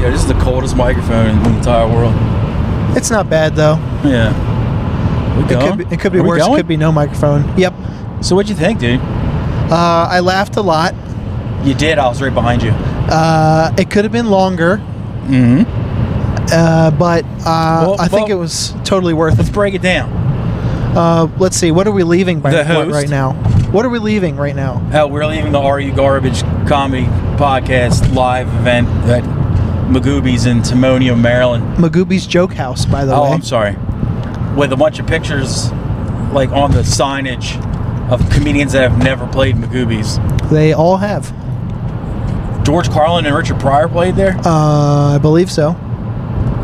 go. This is the coldest microphone in the entire world. It's not bad though. Yeah. We It going? could be, it could be Are we worse. It going? could be no microphone. Yep. So what'd you think, dude? Uh, I laughed a lot. You did. I was right behind you. Uh, it could have been longer, Mm-hmm. uh, but uh, Well, I think well- it was totally worth Let's it. break it down. Uh, let's see. What are we leaving by The what, host. right now? What are we leaving right now? Hell, we're leaving the RU Garbage Comedy Podcast live event at Magoobies in Timonium, Maryland. Magoobies Joke House, by the Oh, way. I'm sorry. With a bunch of pictures, like on the signage, of comedians that have never played Magoobies. They all have. George Carlin and Richard Pryor played there. Uh, I believe so.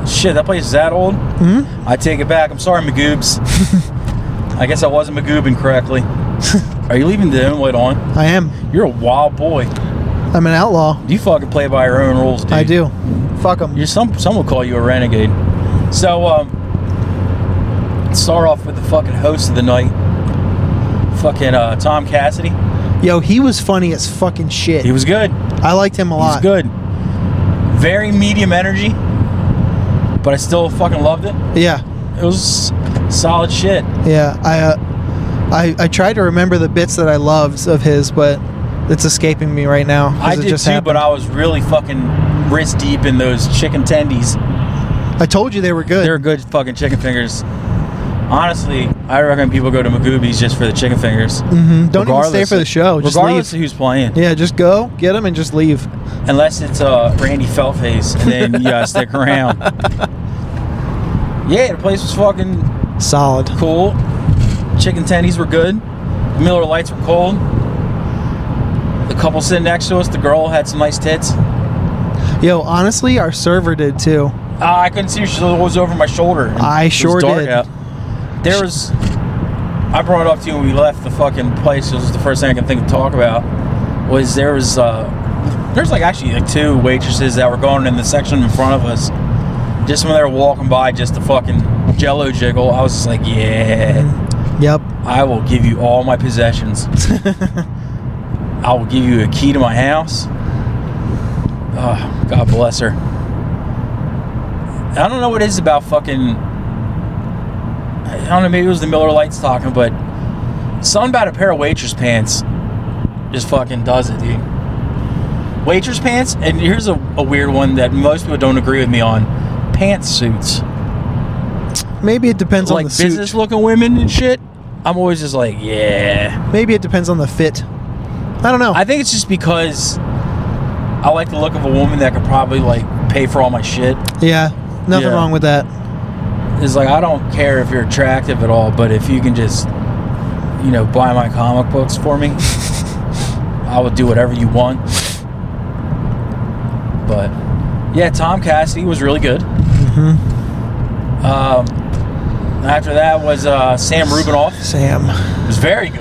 Shit, that place is that old. Hmm? I take it back. I'm sorry, Magoobs. I guess I wasn't Magoobing correctly. Are you leaving the inlet on? I am. You're a wild boy. I'm an outlaw. You fucking play by your own rules, dude. I do. Fuck them. You're some. Some will call you a renegade. So, um, let's start off with the fucking host of the night, fucking uh, Tom Cassidy. Yo, he was funny as fucking shit. He was good. He I liked him a was lot. good. Very medium energy, but I still fucking loved it. Yeah, It was solid shit. yeah. I, uh, I, I tried to remember the bits that I loved of his, but it's escaping me right now. 'cause I it did just too, happened. but I was really fucking wrist deep in those chicken tendies. I told you they were good. They're good fucking chicken fingers. Honestly, I reckon people go to Magoobies just for the chicken fingers. Mhm. Don't even stay Regardless for the of- show. Just regardless leave. of who's playing, Yeah, just go get him and just leave. unless it's uh, Randy Feltface, and then you gotta stick around. Yeah, the place was fucking Solid. cool. Chicken tendies were good. Miller Lights were cold. The couple sitting next to us, the girl had some nice tits. Yo, honestly, our server did too. Uh, I couldn't see her. She was over my shoulder. and I it was sure dark did. out. There was. I brought it up to you when we left the fucking place. It was the first thing I can think to talk about. Was there was uh, there's like actually like two waitresses that were going in the section in front of us. Just when they were walking by, just the fucking Jello jiggle. I was just like, yeah, Yep. I will give you all my possessions. I will give you a key to my house. Oh, God bless her. I don't know what it is about fucking. I don't know. Maybe it was the Miller Lights talking, but something about a pair of waitress pants just fucking does it, dude. Waitress pants, and here's a, a weird one that most people don't agree with me on: pantsuits. Maybe it depends on Like the suit. business-looking women and shit. I'm always just like, yeah. Maybe it depends on the fit. I don't know. I think it's just because I like the look of a woman that could probably like pay for all my shit. yeah, nothing Yeah. wrong with that. It's like I don't care if you're attractive at all, but if you can just, you know, buy my comic books for me, I will do whatever you want. But yeah, Tom Cassidy was really good. hmm Um, after that was uh, Sam Rubinoff. Sam, It was very good.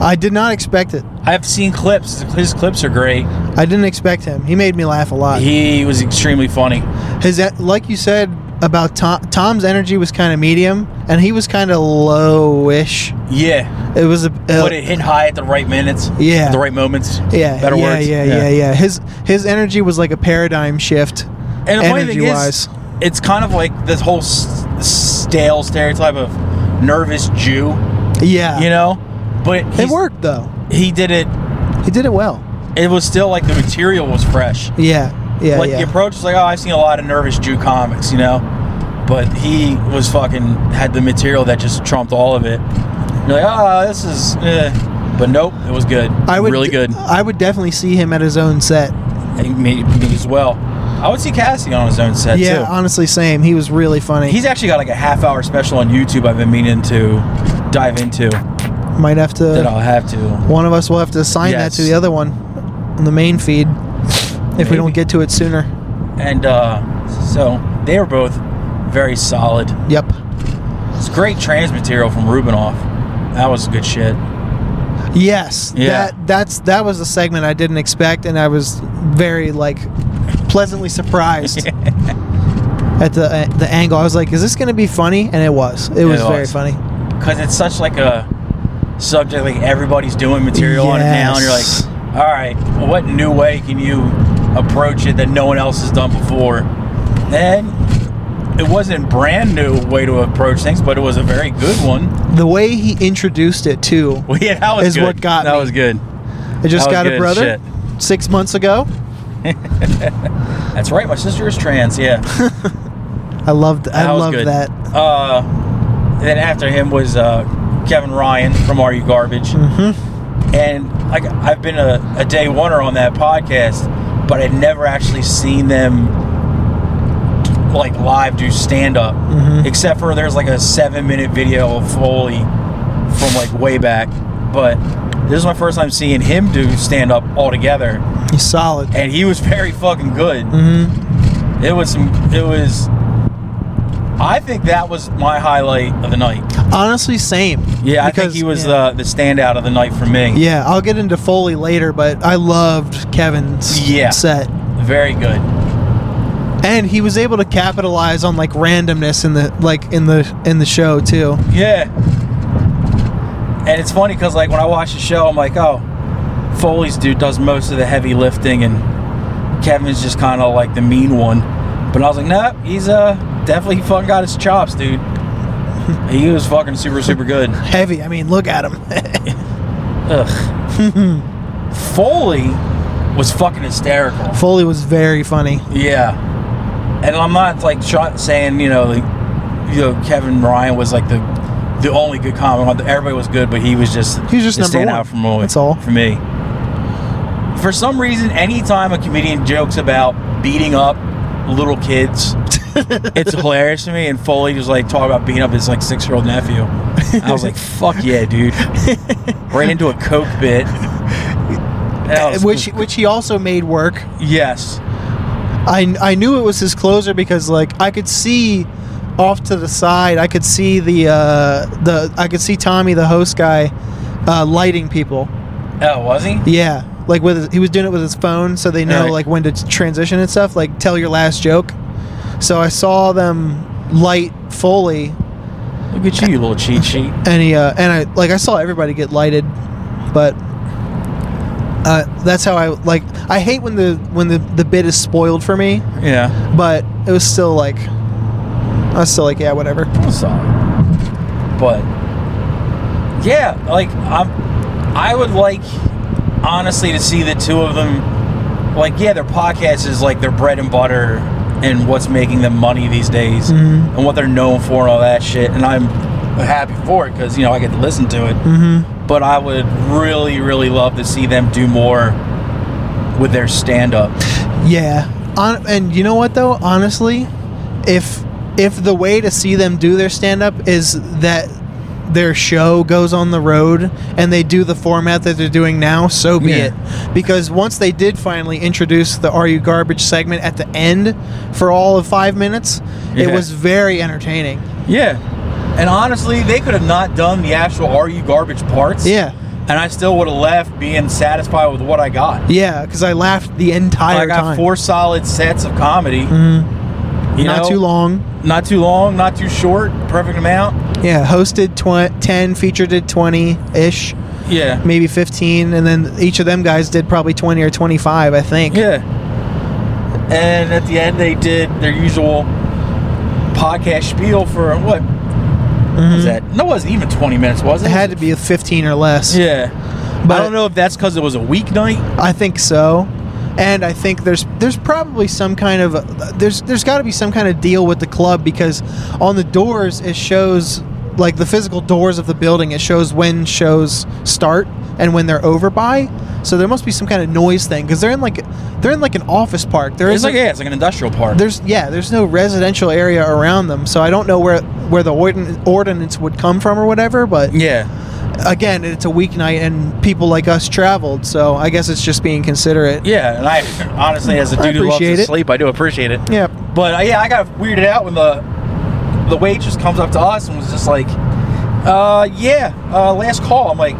I did not expect it. I've seen clips. His clips are great. I didn't expect him. He made me laugh a lot. He was extremely funny. His e- like you said about Tom, Tom's energy was kind of medium, and he was kind of lowish. Yeah, It was a but it hit high at the right minutes. Uh, yeah, the right moments. yeah, better yeah, words. yeah, yeah, yeah, His his energy was like a paradigm shift, And the funny energy thing wise. is, it's kind of like this whole s- stale stereotype of nervous Jew, yeah, you know. But Ah. it he's- worked though. He did it. He did it well. It was still like the material was fresh. Yeah, yeah, like yeah. the approach is like, oh, I've seen a lot of nervous Jew comics, you know. But he was fucking had the material that just trumped all of it. You're like, oh, this is. Eh. But nope, it was good. I would really good. I would definitely see him at his own set. And me, me as well. I would see Cassie on his own set yeah, too. honestly, same. He was really funny. He's actually got like a half hour special on YouTube I've been meaning to dive into Might have to. that I'll have to. One of us will have to assign that to Yes. the other one on the main feed if we Maybe. don't get to it sooner. And uh, so they were both very solid. Yep. It's great trans material from Rubinoff. That was good shit. Yes. Yeah. That that's that was a segment I didn't expect and I was very like pleasantly surprised at the at the angle. I was like, is this going to be funny? And it was. It was very was. funny. Because it's such like a subject like everybody's doing material on it now and you're Yes. like, all right, well, what new way can you approach it that no one else has done before. And it wasn't brand new way to approach things, but it was a very good one. The way he introduced it too. Well, yeah, that was Is good. what got that me. was good. I just That was got a good brother shit. six months ago. That's right. My sister is trans. Yeah, that I loved. I was loved good. that. Uh, then after him was uh, Kevin Ryan from Are You Garbage, Mm-hmm. and like I've been a, a day oneer on that podcast, but I'd never actually seen them like live do stand up, Mm-hmm. except for there's like a seven minute video of Foley from like way back, but. This is my first time seeing him do stand up altogether, He's solid. and he was very fucking good. Mm-hmm. It was some. It was. I think that was my highlight of the night. Honestly, same. Yeah, I think Because- he was uh, yeah. the the standout of the night for me. Yeah, I'll get into Foley later, but I loved Kevin's Yeah. set. Very good. And he was able to capitalize on like randomness in the like in the in the show too. Yeah. And it's funny because like when I watch the show, I'm like, oh, Foley's dude does most of the heavy lifting, and Kevin's just kind of like the mean one. But I was like, nope, he's uh definitely fucking got his chops, dude. he was fucking super super good. Heavy. I mean, look at him. Ugh. Foley was fucking hysterical. Foley was very funny. Yeah, and I'm not like try- saying you know, like, you know, Kevin Ryan was like the the only good comic. Everybody was good, but he was just He was just the number standout one. for me. That's all. for me. For some reason, anytime a comedian jokes about beating up little kids, it's hilarious to me. And Foley was like talking about beating up his like six year old nephew. I was like, "Fuck yeah, dude!" right into a coke bit. That was- which which he also made work. yes, I I knew it was his closer because like I could see off to the side. I could see the uh, the I could see Tommy the host guy uh, lighting people. oh, was he? Yeah, like with his, he was doing it with his phone, so they know Right. like when to t- transition and stuff. Like tell your last joke. So I saw them light Foley, Look at you, you little cheat sheet. and he uh, and I like I saw everybody get lighted, but uh, that's how I like. I hate when the when the the bit is spoiled for me, Yeah. but it was still like I was still like yeah whatever. I'm sorry. But yeah, like I'm I would like honestly to see the two of them like yeah, their podcast is like their bread and butter and what's making them money these days Mhm. and what they're known for and all that shit and I'm happy for it cuz you know I get to listen to it. Mm-hmm. But I would really really love to see them do more with their stand up. Yeah, On, and you know what though? Honestly, if if the way to see them do their stand up is that their show goes on the road and they do the format that they're doing now, so be Yeah. it. Because once they did finally introduce the "Are You Garbage" segment at the end for all of five minutes, it Yeah. was very entertaining. Yeah. And honestly, they could have not done the actual "Are you garbage?" parts. Yeah, And I still would have left being satisfied with what I got. yeah, because I laughed the entire I got time. four solid sets of comedy. Mhm. you Not know? too long. Not too long. Not too short. Perfect amount. Yeah, hosted tw- ten, featured did twenty ish. Yeah. maybe 15 and then each of them guys did probably 20 or 25 i think Yeah. And at the end, they did their usual podcast spiel for what Mhm. was that? No, it wasn't even 20 minutes, was it? it had to be 15 or less Yeah. But- I don't know if that's because it was a weeknight. i think so and i think there's there's probably some kind of there's there's got to be some kind of deal with the club because on the doors it shows like the physical doors of the building it shows when shows start and when they're over by so there must be some kind of noise thing because they're in like they're in like an office park there It's is like yeah, it's like an industrial park. There's yeah, there's no residential area around them, so I don't know where where the ordin- ordinance would come from or whatever. But yeah. again, it's a weeknight and people like us traveled, so I guess it's just being considerate. Yeah, and I honestly, as a I dude who loves to appreciate it. sleep, I do appreciate it. Yep. But uh, yeah, I got weirded out when the the waitress comes up to us and was just like, uh, "Yeah, uh, last call." I'm like,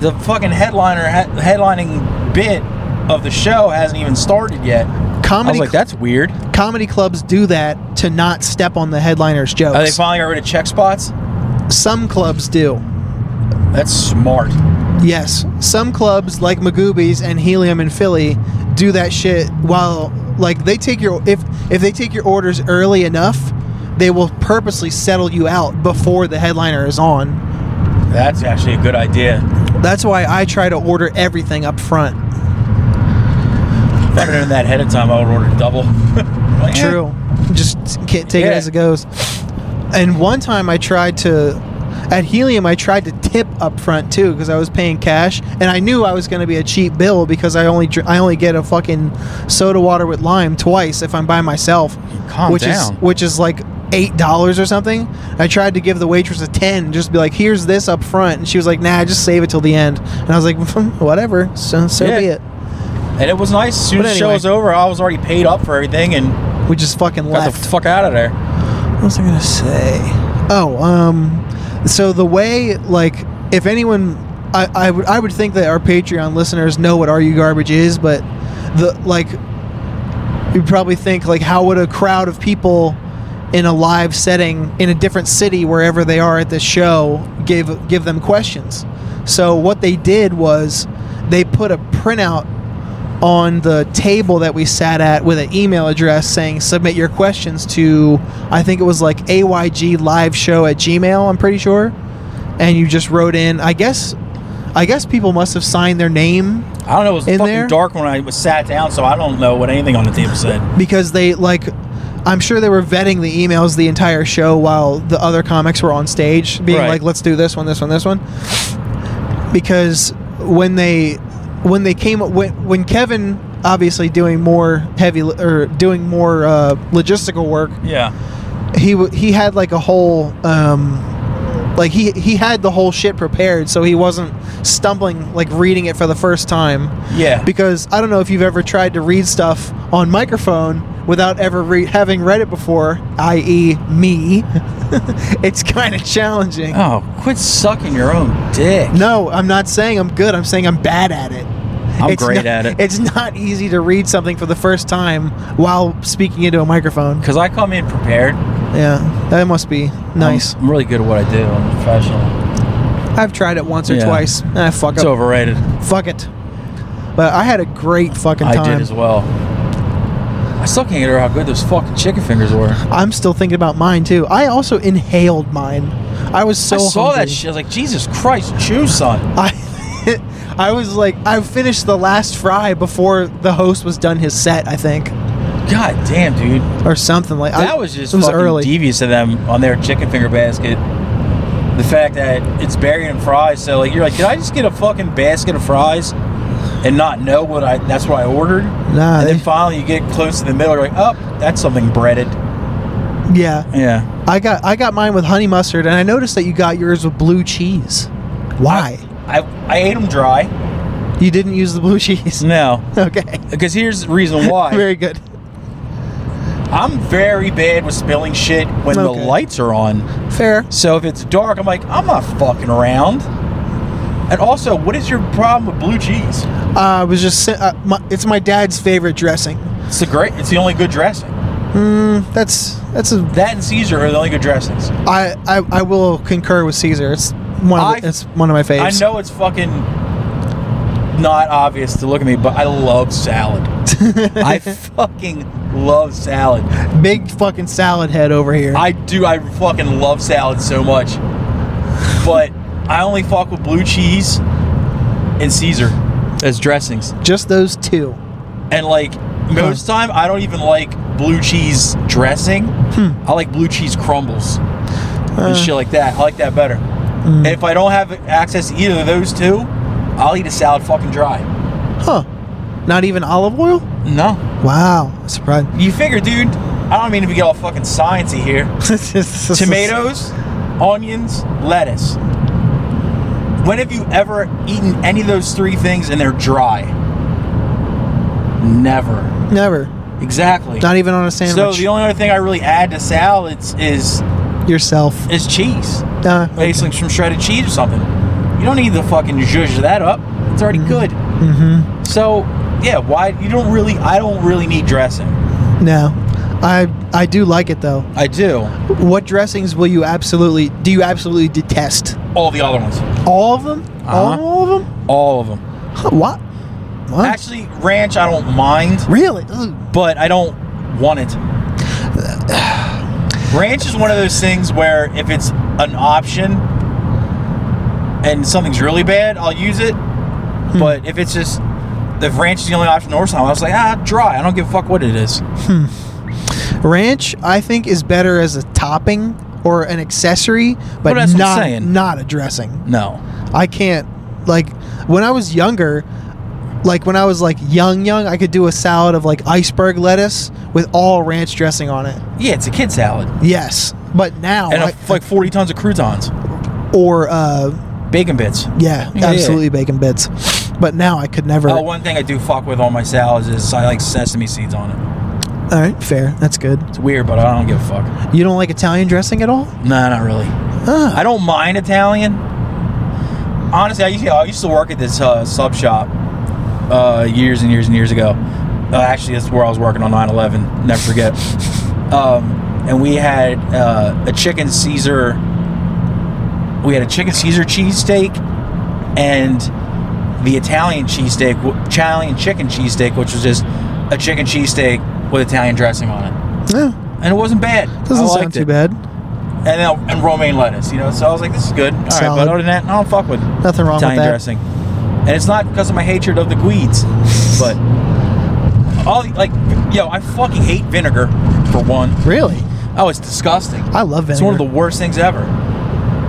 the fucking headliner ha- headlining bit of the show hasn't even started yet. I was Comedy like, "That's weird." comedy clubs do that to not step on the headliner's Are they jokes. finally got rid of check spots? Some clubs do. That's smart. Yes, some clubs like Magoobies and Helium in Philly do that shit while like they take your if if they take your orders early enough, they will purposely settle you out before the headliner is on. That's actually a good idea. That's why I try to order everything up front. If I'd known that ahead of time, I would order double. Like, eh. True. Just can't take Yeah. it as it goes. And one time I tried to at Helium I tried to tip up front too because I was paying cash and I knew I was going to be a cheap bill because I only dr- I only get a fucking soda water with lime twice if I'm by myself. Calm which down. is which is like eight dollars or something. I tried to give the waitress a ten, just be like, "Here's this up front," and she was like, "Nah, just save it till the end." And I was like, "Whatever, so so Yeah. be it." And it was nice. As soon But as the show anyway. was over, I was already paid up for everything and We just fucking got left. the fuck out of there. What was I gonna say? Oh, um, so the way like if anyone, I, I would I would think that our Patreon listeners know what Are You Garbage is, but the like, you probably think like how would a crowd of people in a live setting in a different city wherever they are at this show give give them questions. So what they did was they put a printout on the table that we sat at with an email address saying submit your questions to i think it was like ayg live show at gmail i'm pretty sure and you just wrote in i guess i guess people must have signed their name I don't know. It was In fucking there? dark when I was sat down, so I don't know what anything on the table said. because they like i'm sure they were vetting the emails the entire show while the other comics were on stage being Right. like let's do this one this one this one because when they when they came when, when kevin obviously doing more heavy or doing more uh, logistical work Yeah. he w- he had like a whole um like he he had the whole shit prepared so he wasn't stumbling like reading it for the first time Yeah. because I don't know if you've ever tried to read stuff on microphone without ever re- having read it before, i.e., me. it's kind of challenging. oh, quit sucking your own dick. No, I'm not saying I'm good. I'm saying I'm bad at it. I'm It's great not- at it. It's not easy to read something for the first time while speaking into a microphone. Because I come in prepared. Yeah, that must be nice. I'm, I'm really good at what I do. I'm professional. I've tried it once or Yeah. twice. Ah, fuck It's up. overrated. Fuck it. But I had a great fucking time. I did as well. I still can't get over how good those fucking chicken fingers were. I'm still thinking about mine too. I also inhaled mine. I was so I saw hungry. that shit. I was like, Jesus Christ, chew, son. I I was like I finished the last fry before the host was done his set, I think, God damn, dude. or something like I- That was just it was fucking early. devious of them on their chicken finger basket. The fact that it's buried in fries, so like you're like, did I just get a fucking basket of fries and not know what I? That's what I ordered. Nah, and Uh, they- then finally you get close to the middle, you're like, oh, that's something breaded. yeah, Yeah. I got I got mine with honey mustard, and I noticed that you got yours with blue cheese. Why? I I ate them dry. you didn't use the blue cheese? No, Okay, because here's the reason why. very good. I'm very bad with spilling shit when the Okay. lights are on. Fair. So if it's dark, I'm like, I'm not fucking around. And also, what is your problem with blue cheese? Uh, I was just sa- uh, my, it's my dad's favorite dressing. It's the great. It's the only good dressing. Mm, that's that's a That and Caesar are the only good dressings. I, I I will concur with Caesar. It's one of the, I- it's one of my faves. I know it's fucking not obvious to look at me, but I love salad. I fucking love salad. Big fucking salad head over here. I do. I fucking love salad so much. But I only fuck with blue cheese and Caesar as dressings. just those two. And like most time, I don't even like blue cheese dressing. I like blue cheese crumbles and shit like that. I like that better. And if I don't have access to either of those two, I'll eat a salad fucking dry. Huh. Not even olive oil? No, Wow. Surprised. you figure, dude. I don't mean to be all fucking sciencey here. Tomatoes, onions, lettuce. When have you ever eaten any of those three things and they're dry? Never. Never. Exactly. Not even on a sandwich. So the only other thing I really add to salads is Yourself. is cheese, Uh, basically some shredded cheese or something. You don't need to fucking zhuzh that up. It's already good. mm-hmm. So yeah, why you don't really? I don't really need dressing. No. I I do like it though. I do What dressings will you absolutely do you absolutely detest? all the other ones, All of them? Uh-huh. All of them? all of them. Huh, What? What? Actually, ranch I don't mind, really? Ugh. but I don't want it. ranch is one of those things where if it's an option and something's really bad, I'll use it. But if it's just if ranch is the only option or something, I was like, ah, dry. I don't give a fuck what it is. Ranch, I think, is better as a topping or an accessory, Well, but that's what I'm not saying. not a dressing. No. I can't like when I was younger, like when I was like young young, I could do a salad of like iceberg lettuce with all ranch dressing on it. Yeah, it's a kid salad. Yes, but now and a- Oh, I- like 40 tons of croutons. or uh, Bacon bits. yeah, Yeah, absolutely bacon bits. But now I could never. Oh, one thing I do fuck with on my salads is I like sesame seeds on it. all right, fair. That's good. It's weird, but I don't give a fuck. You don't like Italian dressing at all? Ah, Nah, not really. I don't mind Italian. Honestly, I used to, I used to work at this uh, sub shop uh, years and years and years ago. Uh, actually, that's where I was working on 9 11. Never forget. um, and we had uh, a chicken Caesar. We had a chicken Caesar cheesesteak and the Italian cheesesteak, w- Italian chicken cheesesteak, which was just a chicken cheesesteak with Italian dressing on it. Yeah, And it wasn't bad. doesn't I liked sound too it bad. and then, and romaine lettuce. You know, so I was like, this is good. All right, Solid. but other than that, I don't fuck with Nothing wrong Italian with that. dressing. And it's not because of my hatred of the Guides, but all like yo, I fucking hate vinegar for one. Really, Oh, it's disgusting. I love vinegar. It's one of the worst things ever.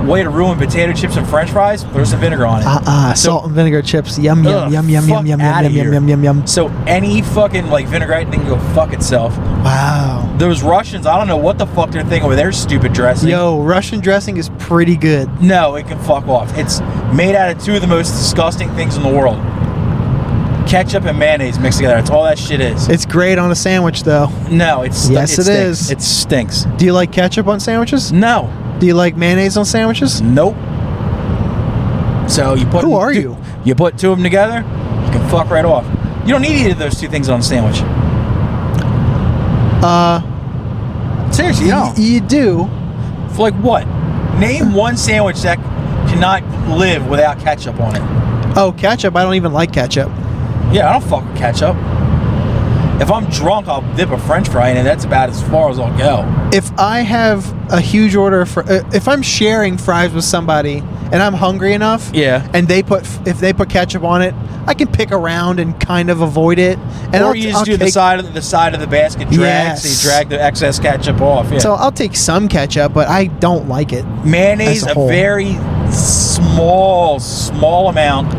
Way to ruin potato chips and French fries. There's some vinegar on it. Ah, ah, So- salt and vinegar chips. Yum, yum, Ugh, yum, yum, yum, fuck yum, yum, outta yum, yum, here. yum, yum, yum. So any fucking like vinaigrette thing can go fuck itself. Wow. Those Russians, I don't know what the fuck they're thinking with their stupid dressing. Yo, Russian dressing is pretty good. No, it can fuck off. It's made out of two of the most disgusting things in the world. Ketchup and mayonnaise mixed together. That's all that shit is. It's great on a sandwich, though. no, it's stu- Yes, it it stinks. is. It stinks. Do you like ketchup on sandwiches? No. Do you like mayonnaise on sandwiches? Nope. So you put Who are two- you? You put two of them together, you can fuck right off. You don't need either of those two things on a sandwich. Uh, Seriously, you y- don't. you do. For like what? Name one sandwich that cannot live without ketchup on it. Oh, ketchup. I don't even like ketchup. Yeah, I don't fuck with ketchup. If I'm drunk, I'll dip a French fry in it. That's about as far as I'll go. If I have a huge order of fr- uh, if I'm sharing fries with somebody and I'm hungry enough, Yeah. and they put f- if they put ketchup on it, I can pick around and kind of avoid it. And or I'll, you t- just I'll do the take- side of the side of the basket drag, so Yes. you drag the excess ketchup off. Yeah. So I'll take some ketchup, but I don't like it. mayonnaise, as a a, whole. very small, small amount.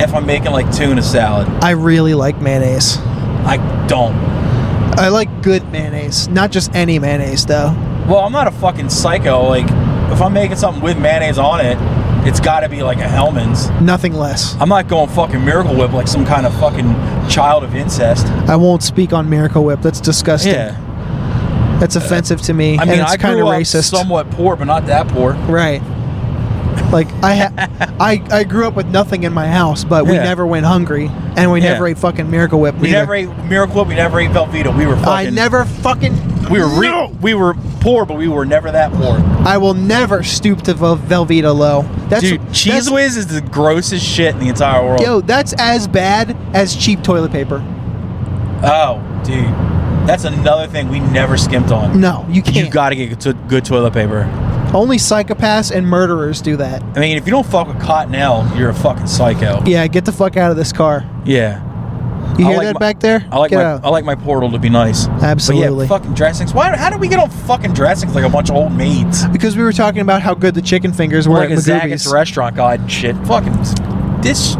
If I'm making like tuna salad, I really like mayonnaise. I don't. I like good mayonnaise, not just any mayonnaise though. Well, I'm not a fucking psycho. Like, if I'm making something with mayonnaise on it, it's got to be like a Hellman's. Nothing less. I'm not going fucking Miracle Whip like some kind of fucking child of incest. I won't speak on Miracle Whip. That's disgusting. Yeah. That's offensive to me. I mean, and it's I kind of grew up racist. somewhat poor, but not that poor. right. Like I, ha- I, I grew up with nothing in my house, but we Yeah. never went hungry, and we Yeah. never ate fucking Miracle Whip. We neither. never ate Miracle Whip. We never ate Velveeta. We were fucking. I never fucking. We were re- No! we were poor, but we were never that poor. I will never stoop to Vel- Velveeta low. That's Dude, Cheese that's- Whiz is the grossest shit in the entire world. Yo, that's as bad as cheap toilet paper. Oh, dude, that's another thing we never skimped on. No, you can't. You got to get good, good toilet paper. Only psychopaths and murderers do that. I mean, if you don't fuck with Cottonelle, you're a fucking psycho. Yeah, get the fuck out of this car. Yeah. You I hear like that my- back there? I like get my out. I like my portal to be nice. But Absolutely. yeah, fucking dressings. Why? How do we get on fucking dressings like a bunch of old maids? because we were talking about how good the chicken fingers were like a at Zagat's Magoobies. restaurant guide and shit. Fucking this.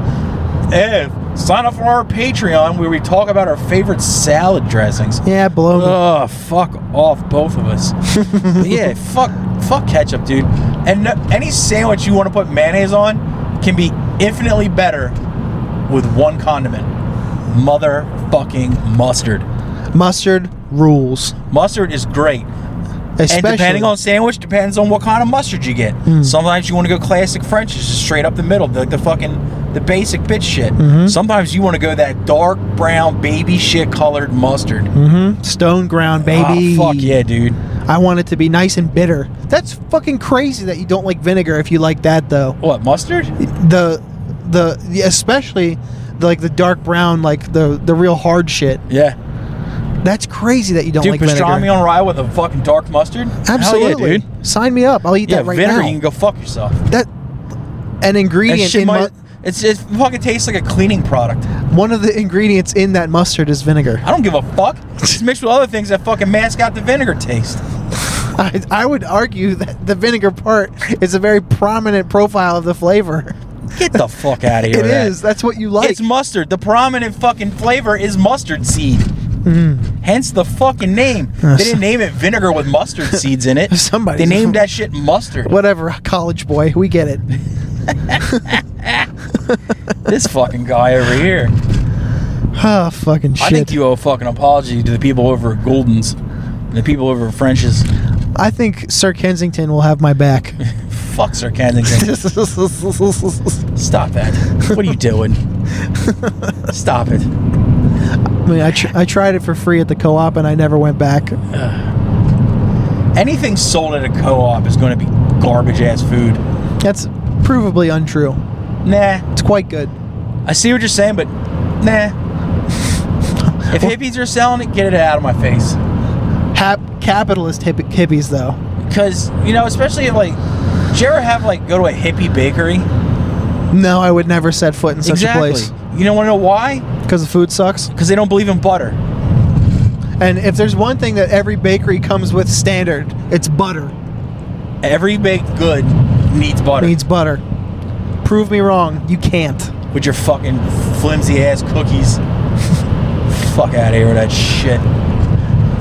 Eh, sign up for our Patreon where we talk about our favorite salad dressings. Yeah, blow me. Ugh, fuck off, both of us. But yeah, fuck, fuck ketchup, dude. And no, any sandwich you want to put mayonnaise on can be infinitely better with one condiment. Motherfucking mustard. Mustard rules. Mustard is great. Especially, Hmm. And depending on sandwich, depends on what kind of mustard you get. Sometimes you want to go classic French, it's just straight up the middle, like the fucking the basic bitch shit. Mm-hmm. Sometimes you want to go that dark brown baby shit colored mustard. Mhm. stone ground, baby. Ah, fuck yeah, dude. I want it to be nice and bitter. That's fucking crazy that you don't like vinegar if you like that though. What mustard? The the especially like the dark brown, like the the real hard shit. Yeah. That's crazy that you don't Dude, like pastrami vinegar. on rye with a fucking dark mustard? Absolutely, Hell yeah, dude. Sign me up. I'll eat Yeah, that right vinegar, now. you can go fuck yourself. that an That ingredient shit in might, mu- it's, it fucking tastes like a cleaning product. one of the ingredients in that mustard is vinegar. I don't give a fuck. It's mixed with other things that fucking mask out the vinegar taste. I, I would argue that the vinegar part is a very prominent profile of the flavor. Get the fuck out of here. It with that. is. That's what you like. Oh, It's mustard. The prominent fucking flavor is mustard seed. Mm. Hence the fucking name. Uh, They so- didn't name it vinegar with mustard seeds in it. Somebody's- They named that shit mustard. Whatever, college boy, we get it. This fucking guy over here. Ah, fucking shit. I think you owe a fucking apology to the people over at Golden's and the people over at French's. I think Sir Kensington will have my back. Fuck Sir Kensington. I Stop that. What are you doing? Stop it. mean, I, tr- I tried it for free at the co-op and I never went back. Anything sold at a co-op is going to be garbage ass food. That's provably untrue. Nah. It's quite good. I see what you're saying, but nah. If hippies are selling it, get it out of my face. Hap- capitalist hip- hippies, though. Because, you know, especially if, like, did you ever have, like, go to a hippie bakery? No, I would never set foot in such a place You don't want to know why? because the food sucks. Because they don't believe in butter. And if there's one thing that every bakery comes with standard, it's butter. Every baked good needs butter. Needs butter. Prove me wrong. You can't. with your fucking flimsy ass cookies. Fuck out of here with that shit.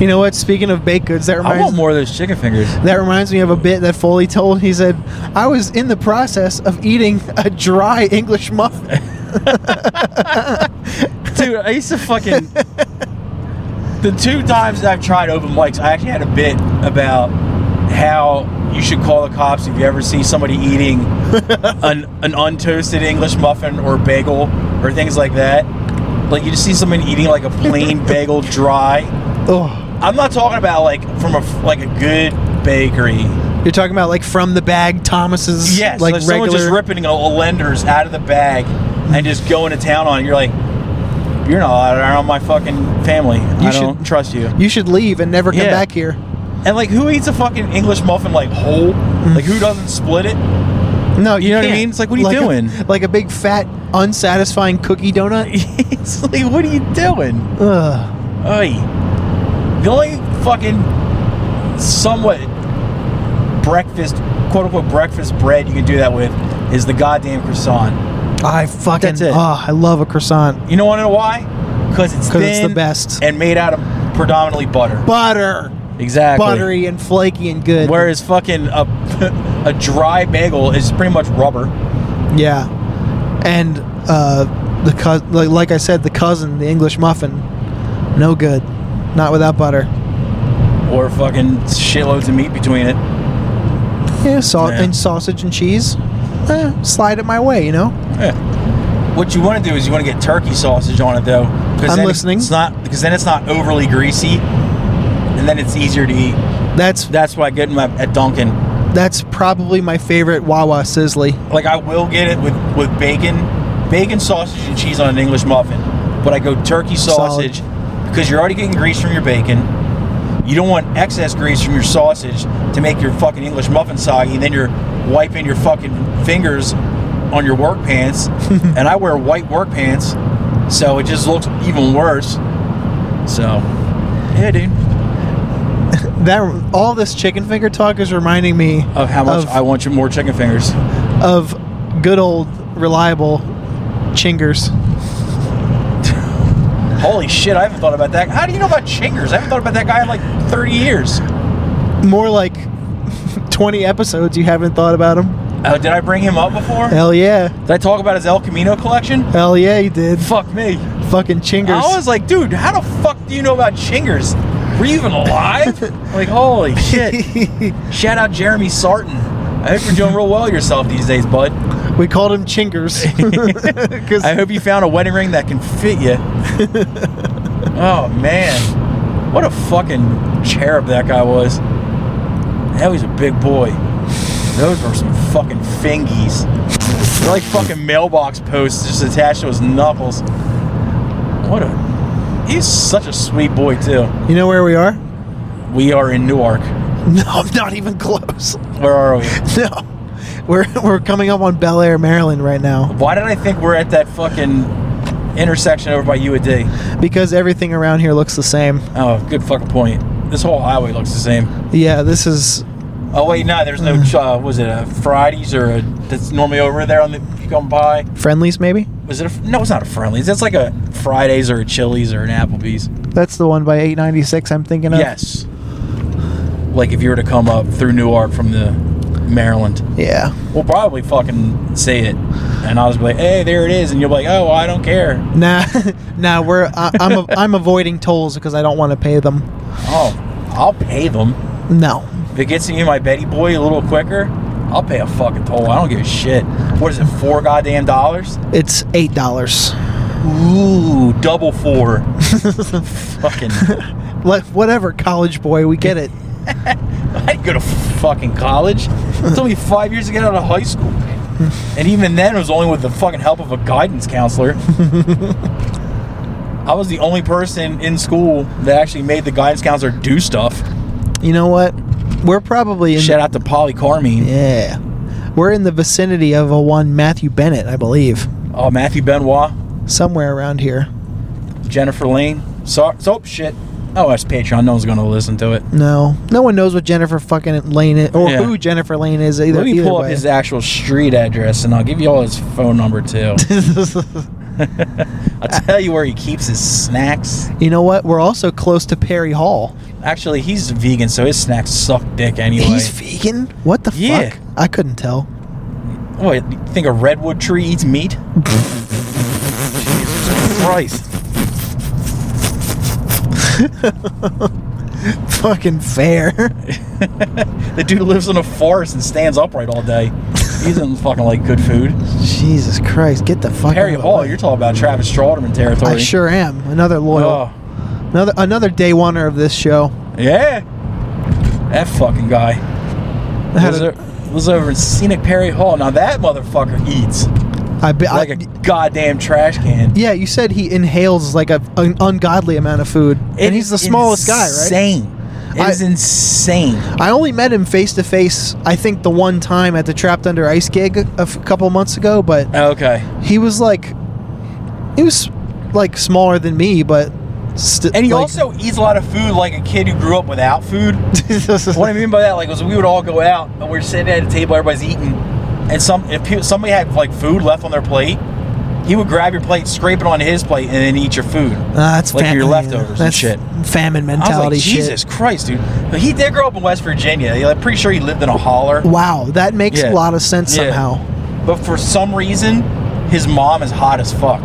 You know what? Speaking of baked goods, that I want reminds more of those chicken fingers. that reminds me of a bit that Foley told. He said, "I was in the process of eating a dry English muffin." Dude, I used to fucking. the two times that I've tried open mics, I actually had a bit about how you should call the cops if you ever see somebody eating an, an untoasted English muffin or bagel or things like that. Like, you just see someone eating like a plain bagel dry. oh, I'm not talking about like from a f- like a good bakery. you're talking about like from the bag Thomas's, Yes, like like someone regular. just ripping a, a lender's out of the bag and just going to town on it. You're like, you're not around my fucking family. I should- don't trust you. you should leave and never come Yeah. back here. And like, who eats a fucking English muffin like whole? Like, who doesn't split it? No, You you, know what I can't. mean? It's like, what are you a- doing? like a big fat, unsatisfying cookie donut. it's like, what are you doing? Ugh. Oy. The only fucking somewhat breakfast, quote unquote breakfast bread you can do that with is the goddamn croissant. I fucking. That's it. ah, I love a croissant. You know want to know why? Because it's 'Cause thin it's the best. and made out of predominantly butter. Butter, Exactly. buttery and flaky and good. Whereas fucking a, a dry bagel is pretty much rubber. Yeah, and uh, the cou- like, like I said, the cousin, the English muffin, no good, not without butter. Or fucking shitloads of meat between it. Yeah, sau- Yeah. and sausage and cheese. Eh, slide it my way, you know. Yeah. What you want to do is you want to get turkey sausage on it though. 'cause I'm then listening. It's not because then it's not overly greasy, and then it's easier to eat. That's That's what I get in my, at Dunkin'. that's probably my favorite Wawa sizzly. Like I will get it with with bacon, bacon sausage and cheese on an English muffin, but I go turkey Solid. sausage because you're already getting grease from your bacon. You don't want excess grease from your sausage to make your fucking English muffin soggy, and then you're wiping your fucking fingers on your work pants. and I wear white work pants, so it just looks even worse. So, yeah, dude, That all this chicken finger talk is reminding me of how much Of- I want you more chicken fingers. of good old reliable chingers. Holy shit, I haven't thought about that. How do you know about chingers? I haven't thought about that guy in like 30 years. More like twenty episodes you haven't thought about them. Oh, did I bring him up before? Hell yeah, Did I talk about his El Camino collection? hell yeah, you did. Fuck me. Fucking chingers. I was like, dude, how the fuck do you know about chingers? Were you even alive? like, holy shit. Shout out Jeremy Sarton. I hope you're doing real well yourself these days, bud. we called him chingers 'Cause I hope you found a wedding ring that can fit you. oh, man. What a fucking cherub that guy was. Hell, he's a big boy. Those were some fucking fingies. They're like fucking mailbox posts just attached to his knuckles. What a. He's such a sweet boy, too. You know where we are? We are in Newark. No, I'm not even close. Where are we? No. We're, we're coming up on Bel Air, Maryland right now Why did I think we're at that fucking intersection over by U of D? because everything around here looks the same. Oh, good fucking point. This whole highway looks the same. Yeah, this is Oh wait, no, there's no. ch- Uh, was it a Fridays or a, that's normally over there on the you come by? Friendlies, maybe? Was it? A, no, it's not a Friendlies. It's like a Fridays or a Chili's or an Applebee's. That's the one by 896 I'm thinking of. Yes. Like if you were to come up through Newark from the Maryland, Yeah. we'll probably fucking say it, and I'll just be like, "Hey, there it is," and you'll be like, "Oh, I don't care." Nah, nah, we're I, I'm a, I'm avoiding tolls because I don't want to pay them. Oh, I'll pay them No. if it gets me my Betty Boy a little quicker. I'll pay a fucking toll. I don't give a shit. What is it? Four goddamn dollars? It's eight dollars. Ooh, double four. fucking. Let whatever college boy, we get it. I didn't go to fucking college. It took me five years to get out of high school. And even then, it was only with the fucking help of a guidance counselor. I was the only person in school that actually made the guidance counselor do stuff. You know what? We're probably in Shout out to Polly Carmine. yeah. We're in the vicinity of a one Matthew Bennett, I believe, Oh, Matthew Benoit, somewhere around here. Jennifer Lane. So, so shit. Oh, that's Patreon. No one's going to listen to it. No, no one knows what Jennifer fucking Lane is, or Yeah. who Jennifer Lane is either. Let me either pull up way. his actual street address and I'll give you all his phone number too. I'll tell you where he keeps his snacks. you know what? We're also close to Perry Hall. Actually, he's vegan, so his snacks suck dick anyway. He's vegan. What the Yeah. fuck? I couldn't tell. what, you think a redwood tree eats meat? Jesus Christ. fucking fair. The dude lives in a forest and stands upright all day. He doesn't fucking like good food. Jesus Christ! Get the fuck. Harry out of the Hall, way. you're talking about Travis Strauderman territory. I sure am. Another loyal, Oh, another another day oneer of this show. yeah. That fucking guy. I, had Was, a- o- was over in scenic Perry Hall. Now that motherfucker eats. I be- I- like a goddamn trash can. yeah, you said he inhales like a, an ungodly amount of food, and he's the smallest guy, right? Insane. It I- is insane. I only met him face to face. I think the one time at the Trapped Under Ice gig a f- couple months ago, but Okay. he was like, he was like smaller than me, but st- And he like- also eats a lot of food like a kid who grew up without food. what I mean by that, like, was we would all go out and we're sitting at a table, everybody's eating, and some if pe- somebody had like food left on their plate, he would grab your plate, scrape it onto his plate, and then eat your food. Ah, that's like fam- your leftovers and that's shit. Famine I was mentality. like, shit. Jesus Christ, dude. But he did grow up in West Virginia. Yeah, I'm pretty sure he lived in a holler. Wow, that makes Yeah. a lot of sense Yeah. somehow. But for some reason, his mom is hot as fuck.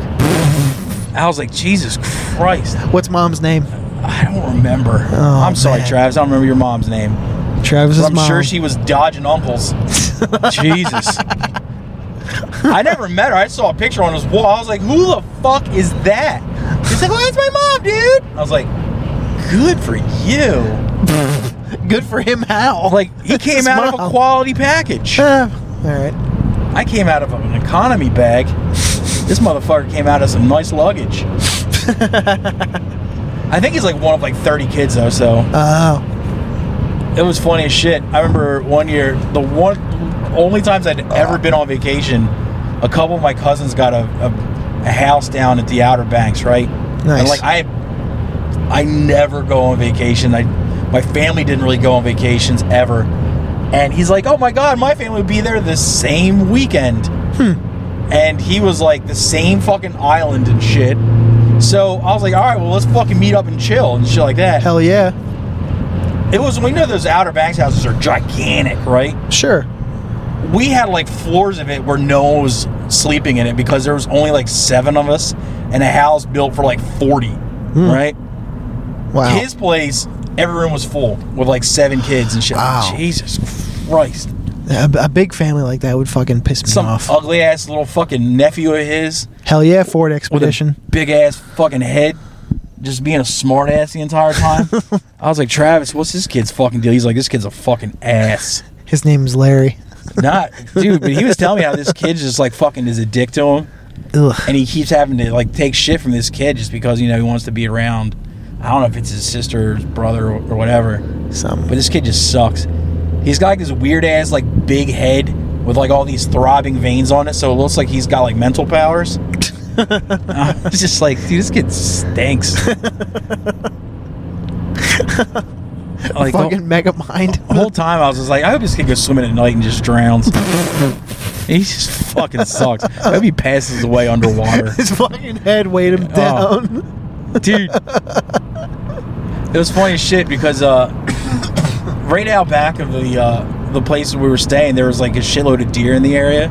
I was like, Jesus Christ. What's mom's name? I don't remember. Oh, I'm sorry, man. Travis. I don't remember your mom's name. Travis's But I'm mom. sure she was dodging uncles. Jesus. I never met her. I saw a picture on his wall. I was like, who the fuck is that? She's like, oh, that's my mom, dude. I was like, good for you. Good for him. How? Like, he came His out of a mom. quality package. Ah, all right. I came out of an economy bag. This motherfucker came out of some nice luggage. I think he's like one of like 30 kids though, so Oh, it was funny as shit. I remember one year, the one only times I'd ever been on vacation, a couple of my cousins got a, a, a house down at the Outer Banks, right? And Nice. like I, I never go on vacation. I, my family didn't really go on vacations ever. And he's like, "Oh my god, my family would be there the same weekend." And he was like the same fucking island and shit. So I was like, "All right, well, let's fucking meet up and chill and shit like that." hell yeah. It was we know those Outer Banks houses are gigantic, right? Sure. We had like floors of it where no one was sleeping in it because there was only like seven of us and a house built for like forty, right? Wow. His place, every room was full with like seven kids and shit. Wow. Jesus Christ! a, a big family like that would fucking piss me Some off. ugly ass little fucking nephew of his hell yeah, Ford with Expedition. a big ass fucking head, just being a smart ass the entire time. I was like, Travis, what's this kid's fucking deal? He's like, this kid's a fucking ass. His name is Larry. Not, dude, but he was telling me how this kid just like fucking is a dick to him, Ugh. and he keeps having to like take shit from this kid just because you know he wants to be around. I don't know if it's his sister, or his brother, or, or whatever. But Some. this kid just sucks. He's got like this weird ass like big head with like all these throbbing veins on it, so it looks like he's got like mental powers. I was just like, dude, this kid stinks. like the fucking mega mind. the whole time I was just like, I hope this kid goes swimming at night and just drowns. he just fucking sucks. I hope he passes away underwater. His fucking head weighed him Oh. down. dude. it was funny as shit because uh, right out back of the uh, the place we were staying, there was like a shitload of deer in the area,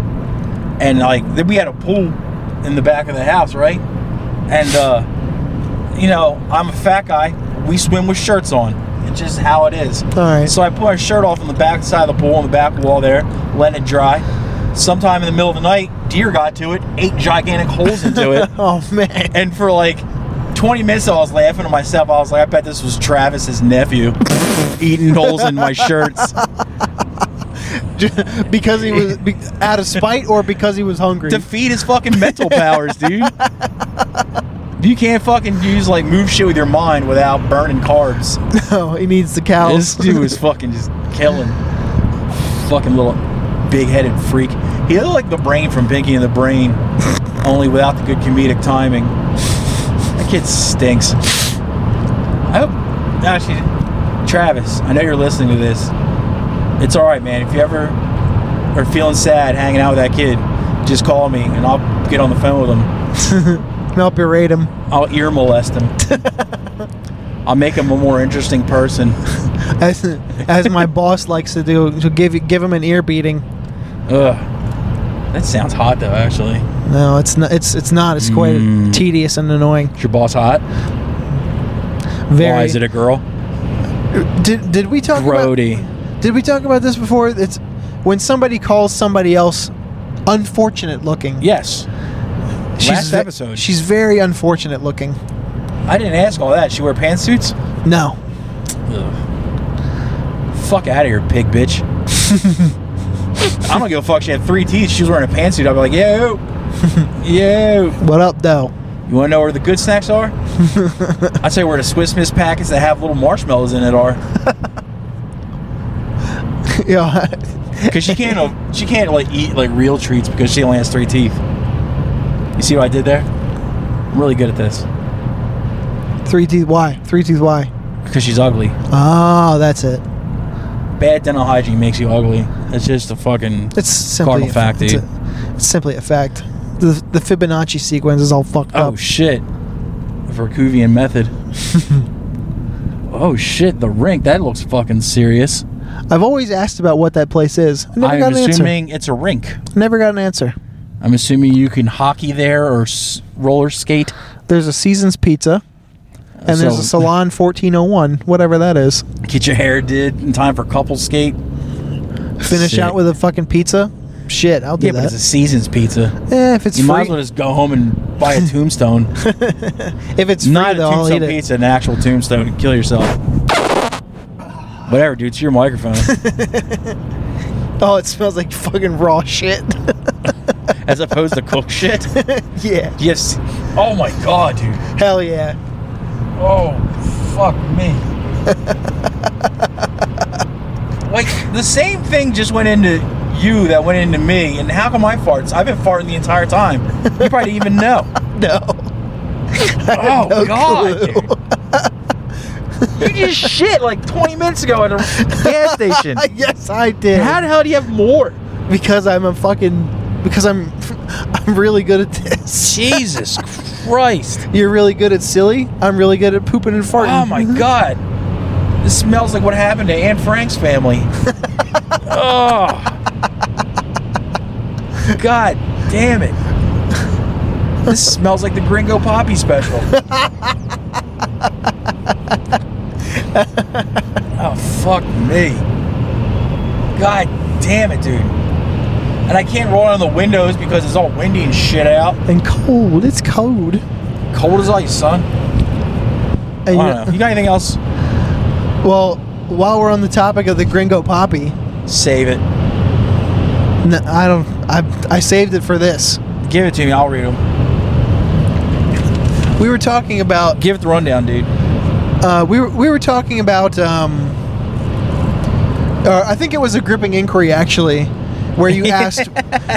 and like then we had a pool in the back of the house, right? And uh, you know, I'm a fat guy. We swim with shirts on. It's just how it is. All right. So I put my shirt off on the back side of the pool, on the back wall there, let it dry. Sometime in the middle of the night, deer got to it, ate gigantic holes into it, Oh man. and for like 20 minutes, I was laughing to myself. I was like, I bet this was Travis's nephew eating holes in my shirts. because he was be, out of spite or because he was hungry. Defeat his fucking mental powers, dude. You can't fucking use like move shit with your mind without burning carbs. no, he needs the This cows. dude was fucking just killing. Fucking little big headed freak. He looked like the brain from Pinky and the Brain, only without the good comedic timing. That kid stinks. I hope. Actually, Travis, I know you're listening to this. It's alright, man. If you ever are feeling sad hanging out with that kid, just call me and I'll get on the phone with him. and I'll berate him. I'll ear molest him. I'll make him a more interesting person. As, as my boss likes to do, to give you- give him an ear beating. Ugh. That sounds hot though, actually. No, it's not. It's it's not. It's quite Mm. tedious and annoying. Is your boss hot? Very. Why is it a girl? did did we talk Grody. about? Did we talk about this before? It's when somebody calls somebody else unfortunate looking. Yes. she's last ve- episode. She's very unfortunate looking. I didn't ask all that. She wear pantsuits? No, Ugh. Fuck out of here, pig bitch. I don't give a fuck. She had three teeth. She was wearing a pantsuit. I'd be like, yo, yo. what up though? You want to know where the good snacks are? I'd say where the Swiss Miss packets that have little marshmallows in it are. yeah. Because she can't, uh, she can't like eat like real treats because she only has three teeth. You see what I did there? I'm really good at this Three teeth. Why? Three teeth. Why? because she's ugly. Oh, that's it. Bad dental hygiene makes you ugly. It's just a fucking. It's simply Cardinal fact, it's, dude. a- it's simply a fact. The, the Fibonacci sequence is all fucked Oh up. shit, the Verkuvian method. oh shit, the rink that looks fucking serious. I've always asked about what that place is. I never got I'm an assuming it's a rink. answer. Never got an answer. I'm assuming you can hockey there or s- roller skate. There's a Seasons Pizza, and there's So- a Salon 1401, whatever that is. Get your hair did in time for couple skate. Finish Sick. out with a fucking pizza. Shit, I'll do Yeah, but it's a that. season's pizza. Eh, if it's You might free, as well just go home and buy a tombstone. if it's free, Not a though, I'll eat tombstone it. pizza, an actual tombstone, and kill yourself. Whatever, dude. It's your microphone. Oh, it smells like fucking raw shit. As opposed to cook shit. yeah, Yes. Oh my god, dude. hell yeah. Oh, fuck me. like, the same thing just went into you that went into me, and how come I farts? I've been farting the entire time. You probably didn't even know. No, oh, no God. clue. dude. You just shit like 20 minutes ago at a gas station. yes, I did. How the hell do you have more? because I'm a fucking because I'm I'm really good at this. Jesus Christ. You're really good at silly. I'm really good at pooping and farting. Mm-hmm. Oh, my God. This smells like what happened to Anne Frank's family. oh. God damn it. This smells like the Gringo Poppy special. oh, fuck me. God damn it, dude. And I can't roll down the windows because it's all windy and shit out. And cold. It's cold. Cold as ice, son. And you I don't know. You got anything else? Well, while we're on the topic of the Gringo Poppy, Save it. No, I don't. I, I saved it for this. Give it to me. I'll read them. We were talking about Give it the rundown, dude. uh, we were, we were talking about um, uh, I think it was a gripping inquiry actually, where you asked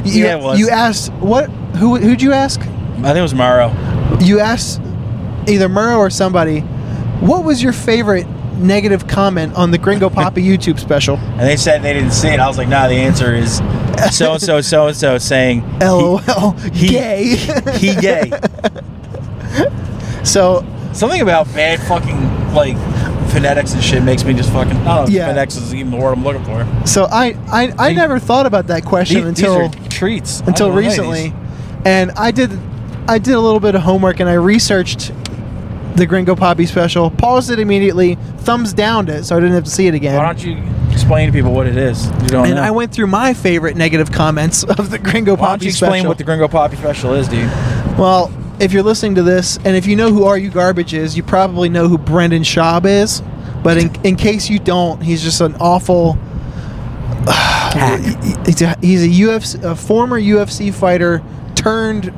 you, Yeah, it was. you asked what who who'd you ask? I think it was Mario. You asked either Murrow or somebody, what was your favorite negative comment on the Gringo Papa YouTube special? And they said they didn't see it. I was like, nah, the answer is so and so, so and so saying he- LOL, he- gay. He gay. so Something about bad fucking like phonetics and shit makes me just fucking. I don't know Yeah. if phonetics is even the word I'm looking for. so I I, I These- never thought about that question These, these until are treats. I until don't know these. recently, and I did I did a little bit of homework and I researched the Gringo Poppy special, paused it immediately, thumbs downed it, so I didn't have to see it again. Why don't you explain to people what it is? You don't and know. I went through my favorite negative comments of the Gringo Why don't Poppy you explain special. what the Gringo Poppy special is, dude? well, if you're listening to this, and if you know who Are You Garbage is, you probably know who Brendan Schaub is. But in, in case you don't, he's just an awful. He's a, he's a UFC, a former UFC fighter turned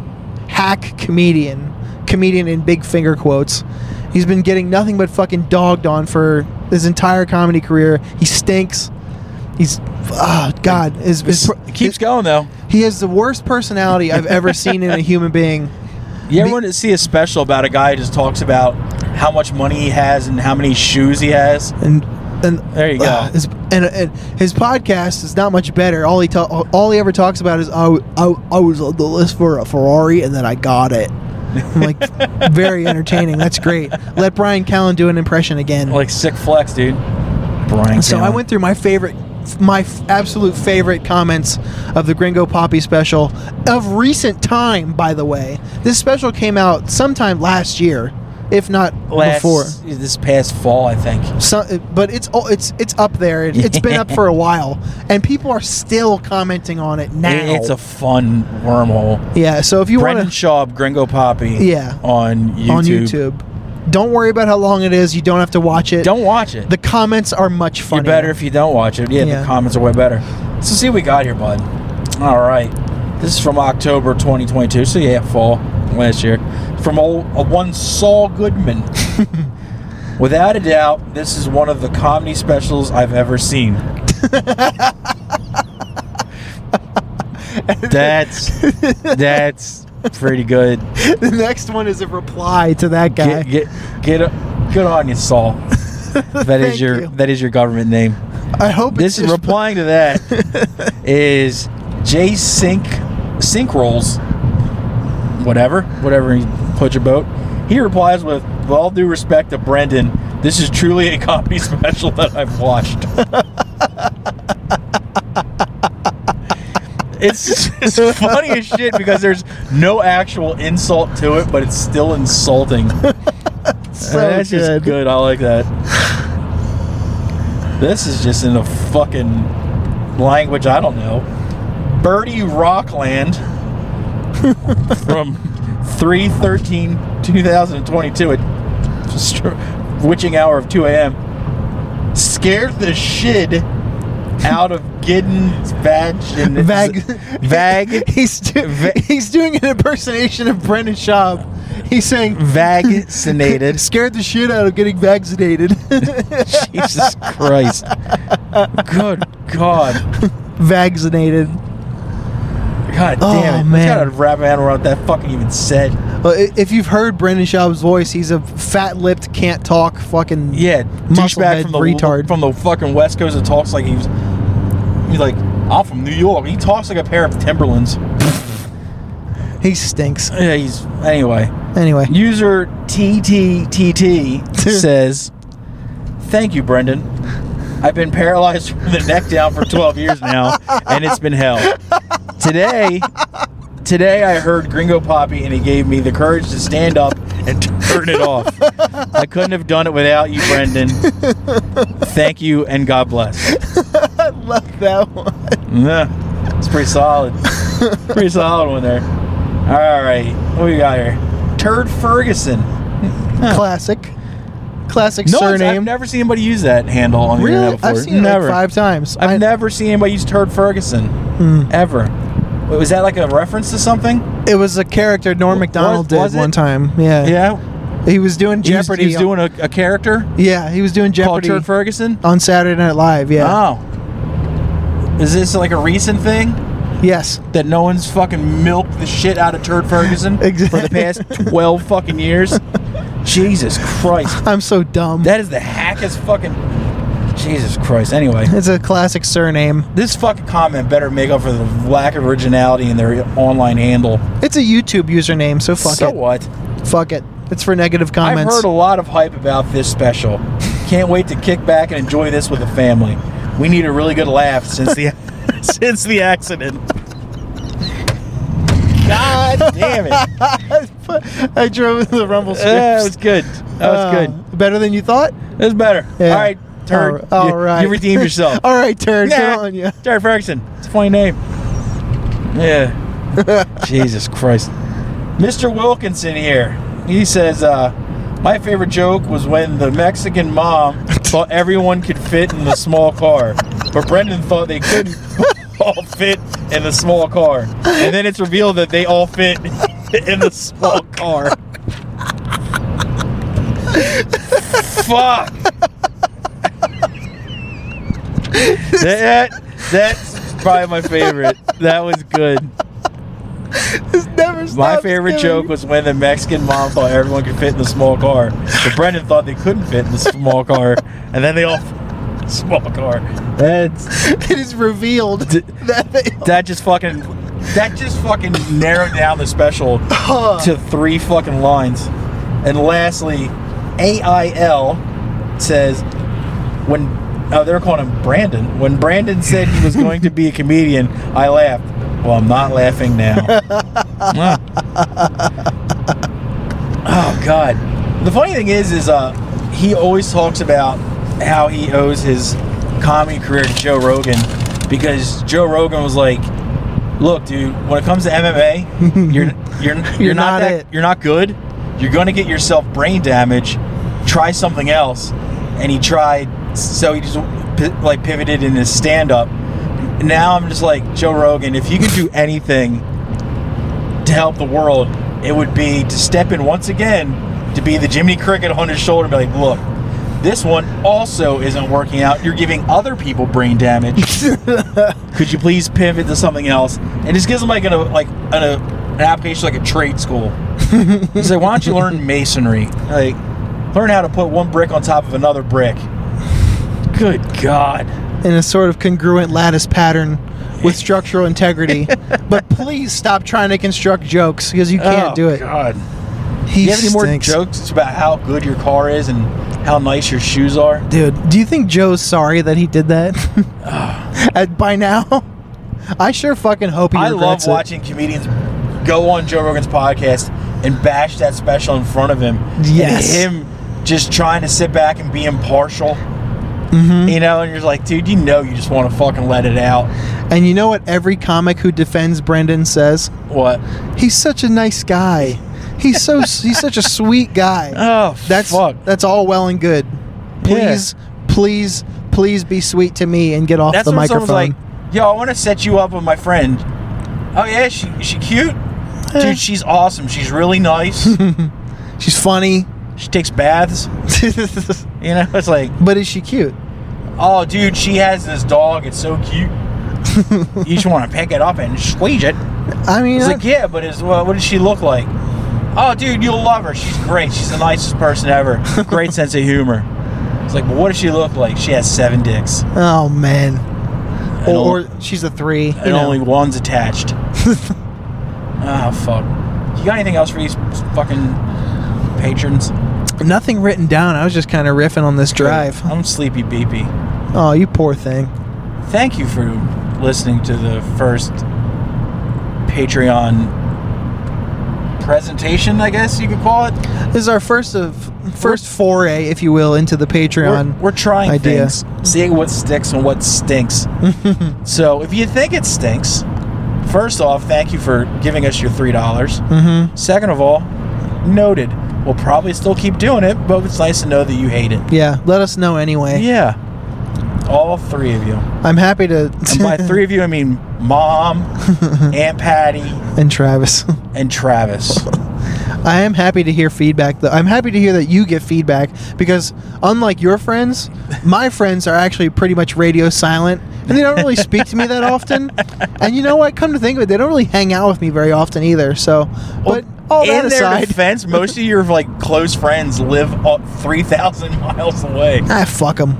hack comedian, comedian in big finger quotes. He's been getting nothing but fucking dogged on for his entire comedy career. He stinks. He's, ah, God, his, his, It keeps going though. he has the worst personality I've ever seen in a human being. You ever want to see a special about a guy who just talks about how much money he has and how many shoes he has? And and uh, There you go. his, and, and his podcast is not much better. All he ta- all he ever talks about is I, w- I w- I was on the list for a Ferrari and then I got it. I'm like very entertaining. That's great. Let Brian Callen do an impression again. Like sick flex, dude. Brian. so I went through my favorite my f- absolute favorite comments of the Gringo Poppy special of recent time by the way. This special came out sometime last year, if not last before. this past fall, I think. So, but it's oh, it's it's up there. It, it's been up for a while, and people are still commenting on it now. It- it's a fun wormhole. yeah. So if you want Brendan to Schaub, Gringo Poppy. Yeah. On YouTube. on YouTube, don't worry about how long it is. You don't have to watch it. Don't watch it. The comments are much You're funnier. better if you don't watch it. Yeah, Yeah. the comments are way better. So see what we got here, bud. All right. This is from October 2022. So yeah, fall last year. From old, uh, one Saul Goodman. Without a doubt, this is one of the comedy specials I've ever seen. that's that's pretty good. the next one is a reply to that guy. Get get get, a, good on you, Saul. That Thank is your you. that is your government name I hope this Uh, it's is just- replying to that is J Sync Sync Rolls, whatever, whatever he put your boat. He replies with, "With all due respect to Brendan, this is truly a comedy special that I've watched." It's, it's funny as shit because there's no actual insult to it, but it's still insulting. so Uh, that's just good. I like that. this is just in a fucking language I don't know. Birdie Rockland from 313 2022 at str- witching hour of 2 a.m. Scared the shit out of Giddens Vag and Vag- Vag He's do- Va- he's doing an impersonation of Brendan Schaub. He's saying vaccinated. scared the shit out of getting vaccinated. Jesus Christ. Good God. vaccinated. God Oh, damn it. man. Man. Gotta wrap my head around what that fucking even said. Well, i- if you've heard Brendan Schaub's voice, he's a fat-lipped, can't talk, fucking Yeah, douchebag musclehead from the retard. from the fucking West Coast that talks like he's he's like I'm from New York. He talks like a pair of Timberlands. he stinks. Yeah, he's anyway. Anyway, User TTTT says, "Thank you, Brendan. I've been paralyzed from the neck down for 12 years now, and it's been hell. Today, today I heard Gringo Poppy, and he gave me the courage to stand up and turn it off. I couldn't have done it without you, Brendan. Thank you, and God bless. I love that one. Nah, It's pretty solid. pretty solid one there. All right, what we got here? Turd Ferguson." Classic. classic No, one's- I've surname. never seen anybody use that handle on the really, internet before. I've seen it never. like five times. I've I- never seen anybody use Turd Ferguson Hmm. ever. Wait, was that like a reference to something? It was a character Norm Macdonald did was it? one time. Yeah. Yeah, He was doing Jeopardy. Jeopardy. He's doing a, a character Yeah, he was doing called Jeopardy Turd Ferguson. on Saturday Night Live. Yeah. Oh, is this like a recent thing yes. that no one's fucking milked the shit out of Turd Ferguson for Exactly. the past twelve fucking years? Jesus Christ, I'm so dumb. that is the hackest fucking. Jesus Christ. Anyway. it's a classic surname. This fucking comment better make up for the lack of originality in their online handle. It's a YouTube username, so fuck so it. what? Fuck it. It's for negative I've comments. heard a lot of hype about this special. Can't wait to kick back and enjoy this with the family. We need a really good laugh since the since the accident. God damn it! Uh, I drove the Rumble that was good. Strips. That was good. Uh, Better than you thought? That Uh, was better. Yeah. All right, turd. All- all you, right. You redeemed yourself. All right, turd. Oh. Yeah. Good on you. Jared Ferguson. It's a funny name. Yeah. Jesus Christ. Mr. Wilkinson here. He says, uh, my favorite joke was when the Mexican mom thought everyone could fit in the small car, but Brendan thought they couldn't all fit in the small car. And then it's revealed that they all fit in the small car. Fuck. that that's probably my favorite. That was good. This never My stops favorite giving joke me- was when the Mexican mom thought everyone could fit in the small car, but Brendan thought they couldn't fit in the small car, and then they all small car. That's It is revealed that they. that just fucking that just fucking narrowed down the special to three fucking lines. And lastly, AIL says when oh they're calling him Brandon. When Brandon said he was going to be a comedian, I laughed. Well, I'm not laughing now. Mwah. oh God. The funny thing is, is uh, he always talks about how he owes his comedy career to Joe Rogan because Joe Rogan was like, "Look, dude, when it comes to MMA, you're you're you're, You're not, not that, it. you're not good. You're going to get yourself brain damage. Try something else." And he tried, so he just pi- like pivoted in his stand up. Now I'm just like Joe Rogan. If you could do anything to help the world, it would be to step in once again to be the Jiminy Cricket on his shoulder and be like, look, this one also isn't working out. You're giving other people brain damage. Could you please pivot to something else? And just gives them like an, a, like an, a, an application like a trade school. He's like, why don't you learn masonry? Like, learn how to put one brick on top of another brick. Good God. in a sort of congruent lattice pattern with structural integrity. but please stop trying to construct jokes because you can't Oh, do it. God. Do He you have any more stinks. jokes about how good your car is and how nice your shoes are? Dude, do you think Joe's sorry that he did that? At, by now? I sure fucking hope he I love regrets it. watching comedians go on Joe Rogan's podcast and bash that special in front of him. Yes. And him just trying to sit back and be impartial. Mm-hmm. You know, and you're just like, dude, you know you just want to fucking let it out. And you know what every comic who defends Brendan says? What? He's such a nice guy. He's so he's such a sweet guy. Oh, That's fuck. that's all well and good. Yeah. Please, please, please be sweet to me and get off That's the when microphone. someone's like, yo, I want to set you up with my friend. Oh, yeah, she, is she cute? Eh. Dude, she's awesome. She's really nice. She's funny. she takes baths. You know, it's like, but is she cute? Oh, dude, she has this dog. It's so cute. you just want to pick it up and squeeze it. I mean, It's I- like, yeah, but it's, well, what does she look like? Oh, dude, you'll love her. She's great. She's the nicest person ever. Great sense of humor. It's like, but what does she look like? She has seven dicks. oh man. And Or, only- or she's a three. you and know. only one's attached. Ah, fuck. You got anything else for these fucking patrons? Nothing written down. I was just kind of riffing on this drive. I'm sleepy beepy. Oh, you poor thing. thank you for listening to the first Patreon presentation, I guess you could call it. This is our first of first foray, if you will, into the We're, Patreon. we're trying idea. things, seeing what sticks and what stinks. so if you think it stinks, first off, thank you for giving us your three dollars. mm-hmm. Second of all, noted. We'll probably still keep doing it, but it's nice to know that you hate it. Yeah, let us know anyway. Yeah. All three of you. I'm happy to. And by three of you, I mean Mom, Aunt Patty, and Travis. and Travis. I am happy to hear feedback. Though I'm happy to hear that you get feedback because unlike your friends, my friends are actually pretty much radio silent and they don't really speak to me that often. And you know what? Come to think of it, they don't really hang out with me very often either. So, but all that In their aside, defense, most of your like close friends live up 3,000 miles away. ah, fuck them.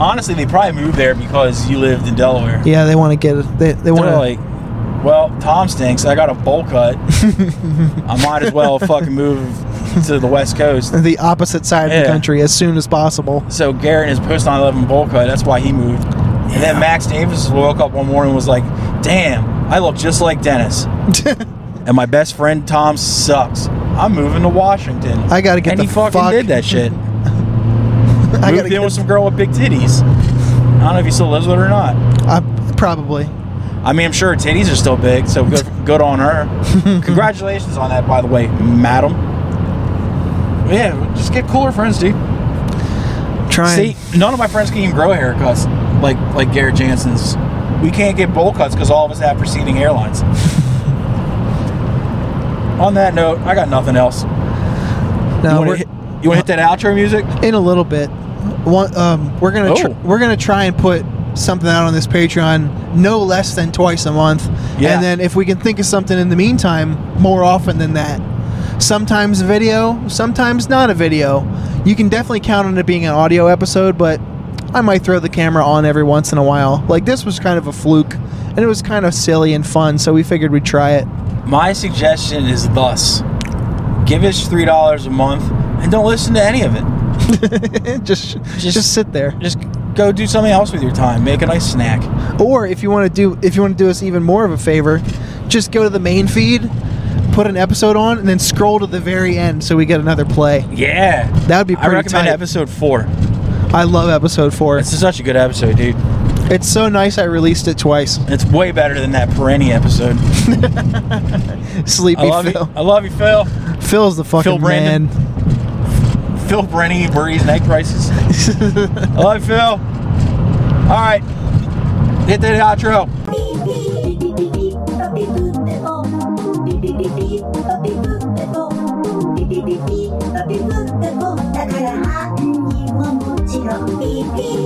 Honestly, they probably moved there because you lived in Delaware. Yeah, they want to get they they want They're to like, well, Tom stinks. I got a bowl cut. I might as well fucking move to the West Coast. the opposite side of Yeah. the country as soon as possible. So Garrett is post 9/11 bowl cut. That's why he moved. And then Max Davis woke up one morning and was like, "Damn, I look just like Dennis." and my best friend Tom sucks. I'm moving to Washington. I gotta get and the he fucking fuck- did that shit. I moved gotta in get, with some girl with big titties. I don't know if he still lives with her or not. I, probably. I mean, I'm sure her titties are still big, so good, good on her. Congratulations on that, by the way, madam. Yeah, just get cooler friends, dude. Trying. See, none of my friends can even grow haircuts like like Garrett Jansen's. We can't get bowl cuts because all of us have preceding hairlines. On that note, I got nothing else. you no, want to we're- hit, you wanna hit that outro music? in a little bit. One, um, we're gonna tr- Oh. we're gonna try and put something out on this Patreon no less than twice a month, Yeah. and then if we can think of something in the meantime, more often than that. Sometimes a video, sometimes not a video. You can definitely count on it being an audio episode, but I might throw the camera on every once in a while. Like this was kind of a fluke, and it was kind of silly and fun, so we figured we'd try it. My suggestion is thus: give us three dollars a month and don't listen to any of it. just, just Just- sit there. Just go do something else with your time. Make a nice snack. Or if you want to do if you want to do us even more of a favor, just go to the main feed, put an episode on, and then scroll to the very end so we get another play. Yeah, That would be I pretty recommend tight. episode four. I love episode four. This It's, is such a good episode, dude. so nice I released it twice. It's way better than that Perenni episode. I Sleepy love Phil. you. I love you, Phil. Phil's the fucking Phil Brandon. man. Phil Brenny worries and egg prices. I love you, Phil. All right. Hit that outro. Happy birthday,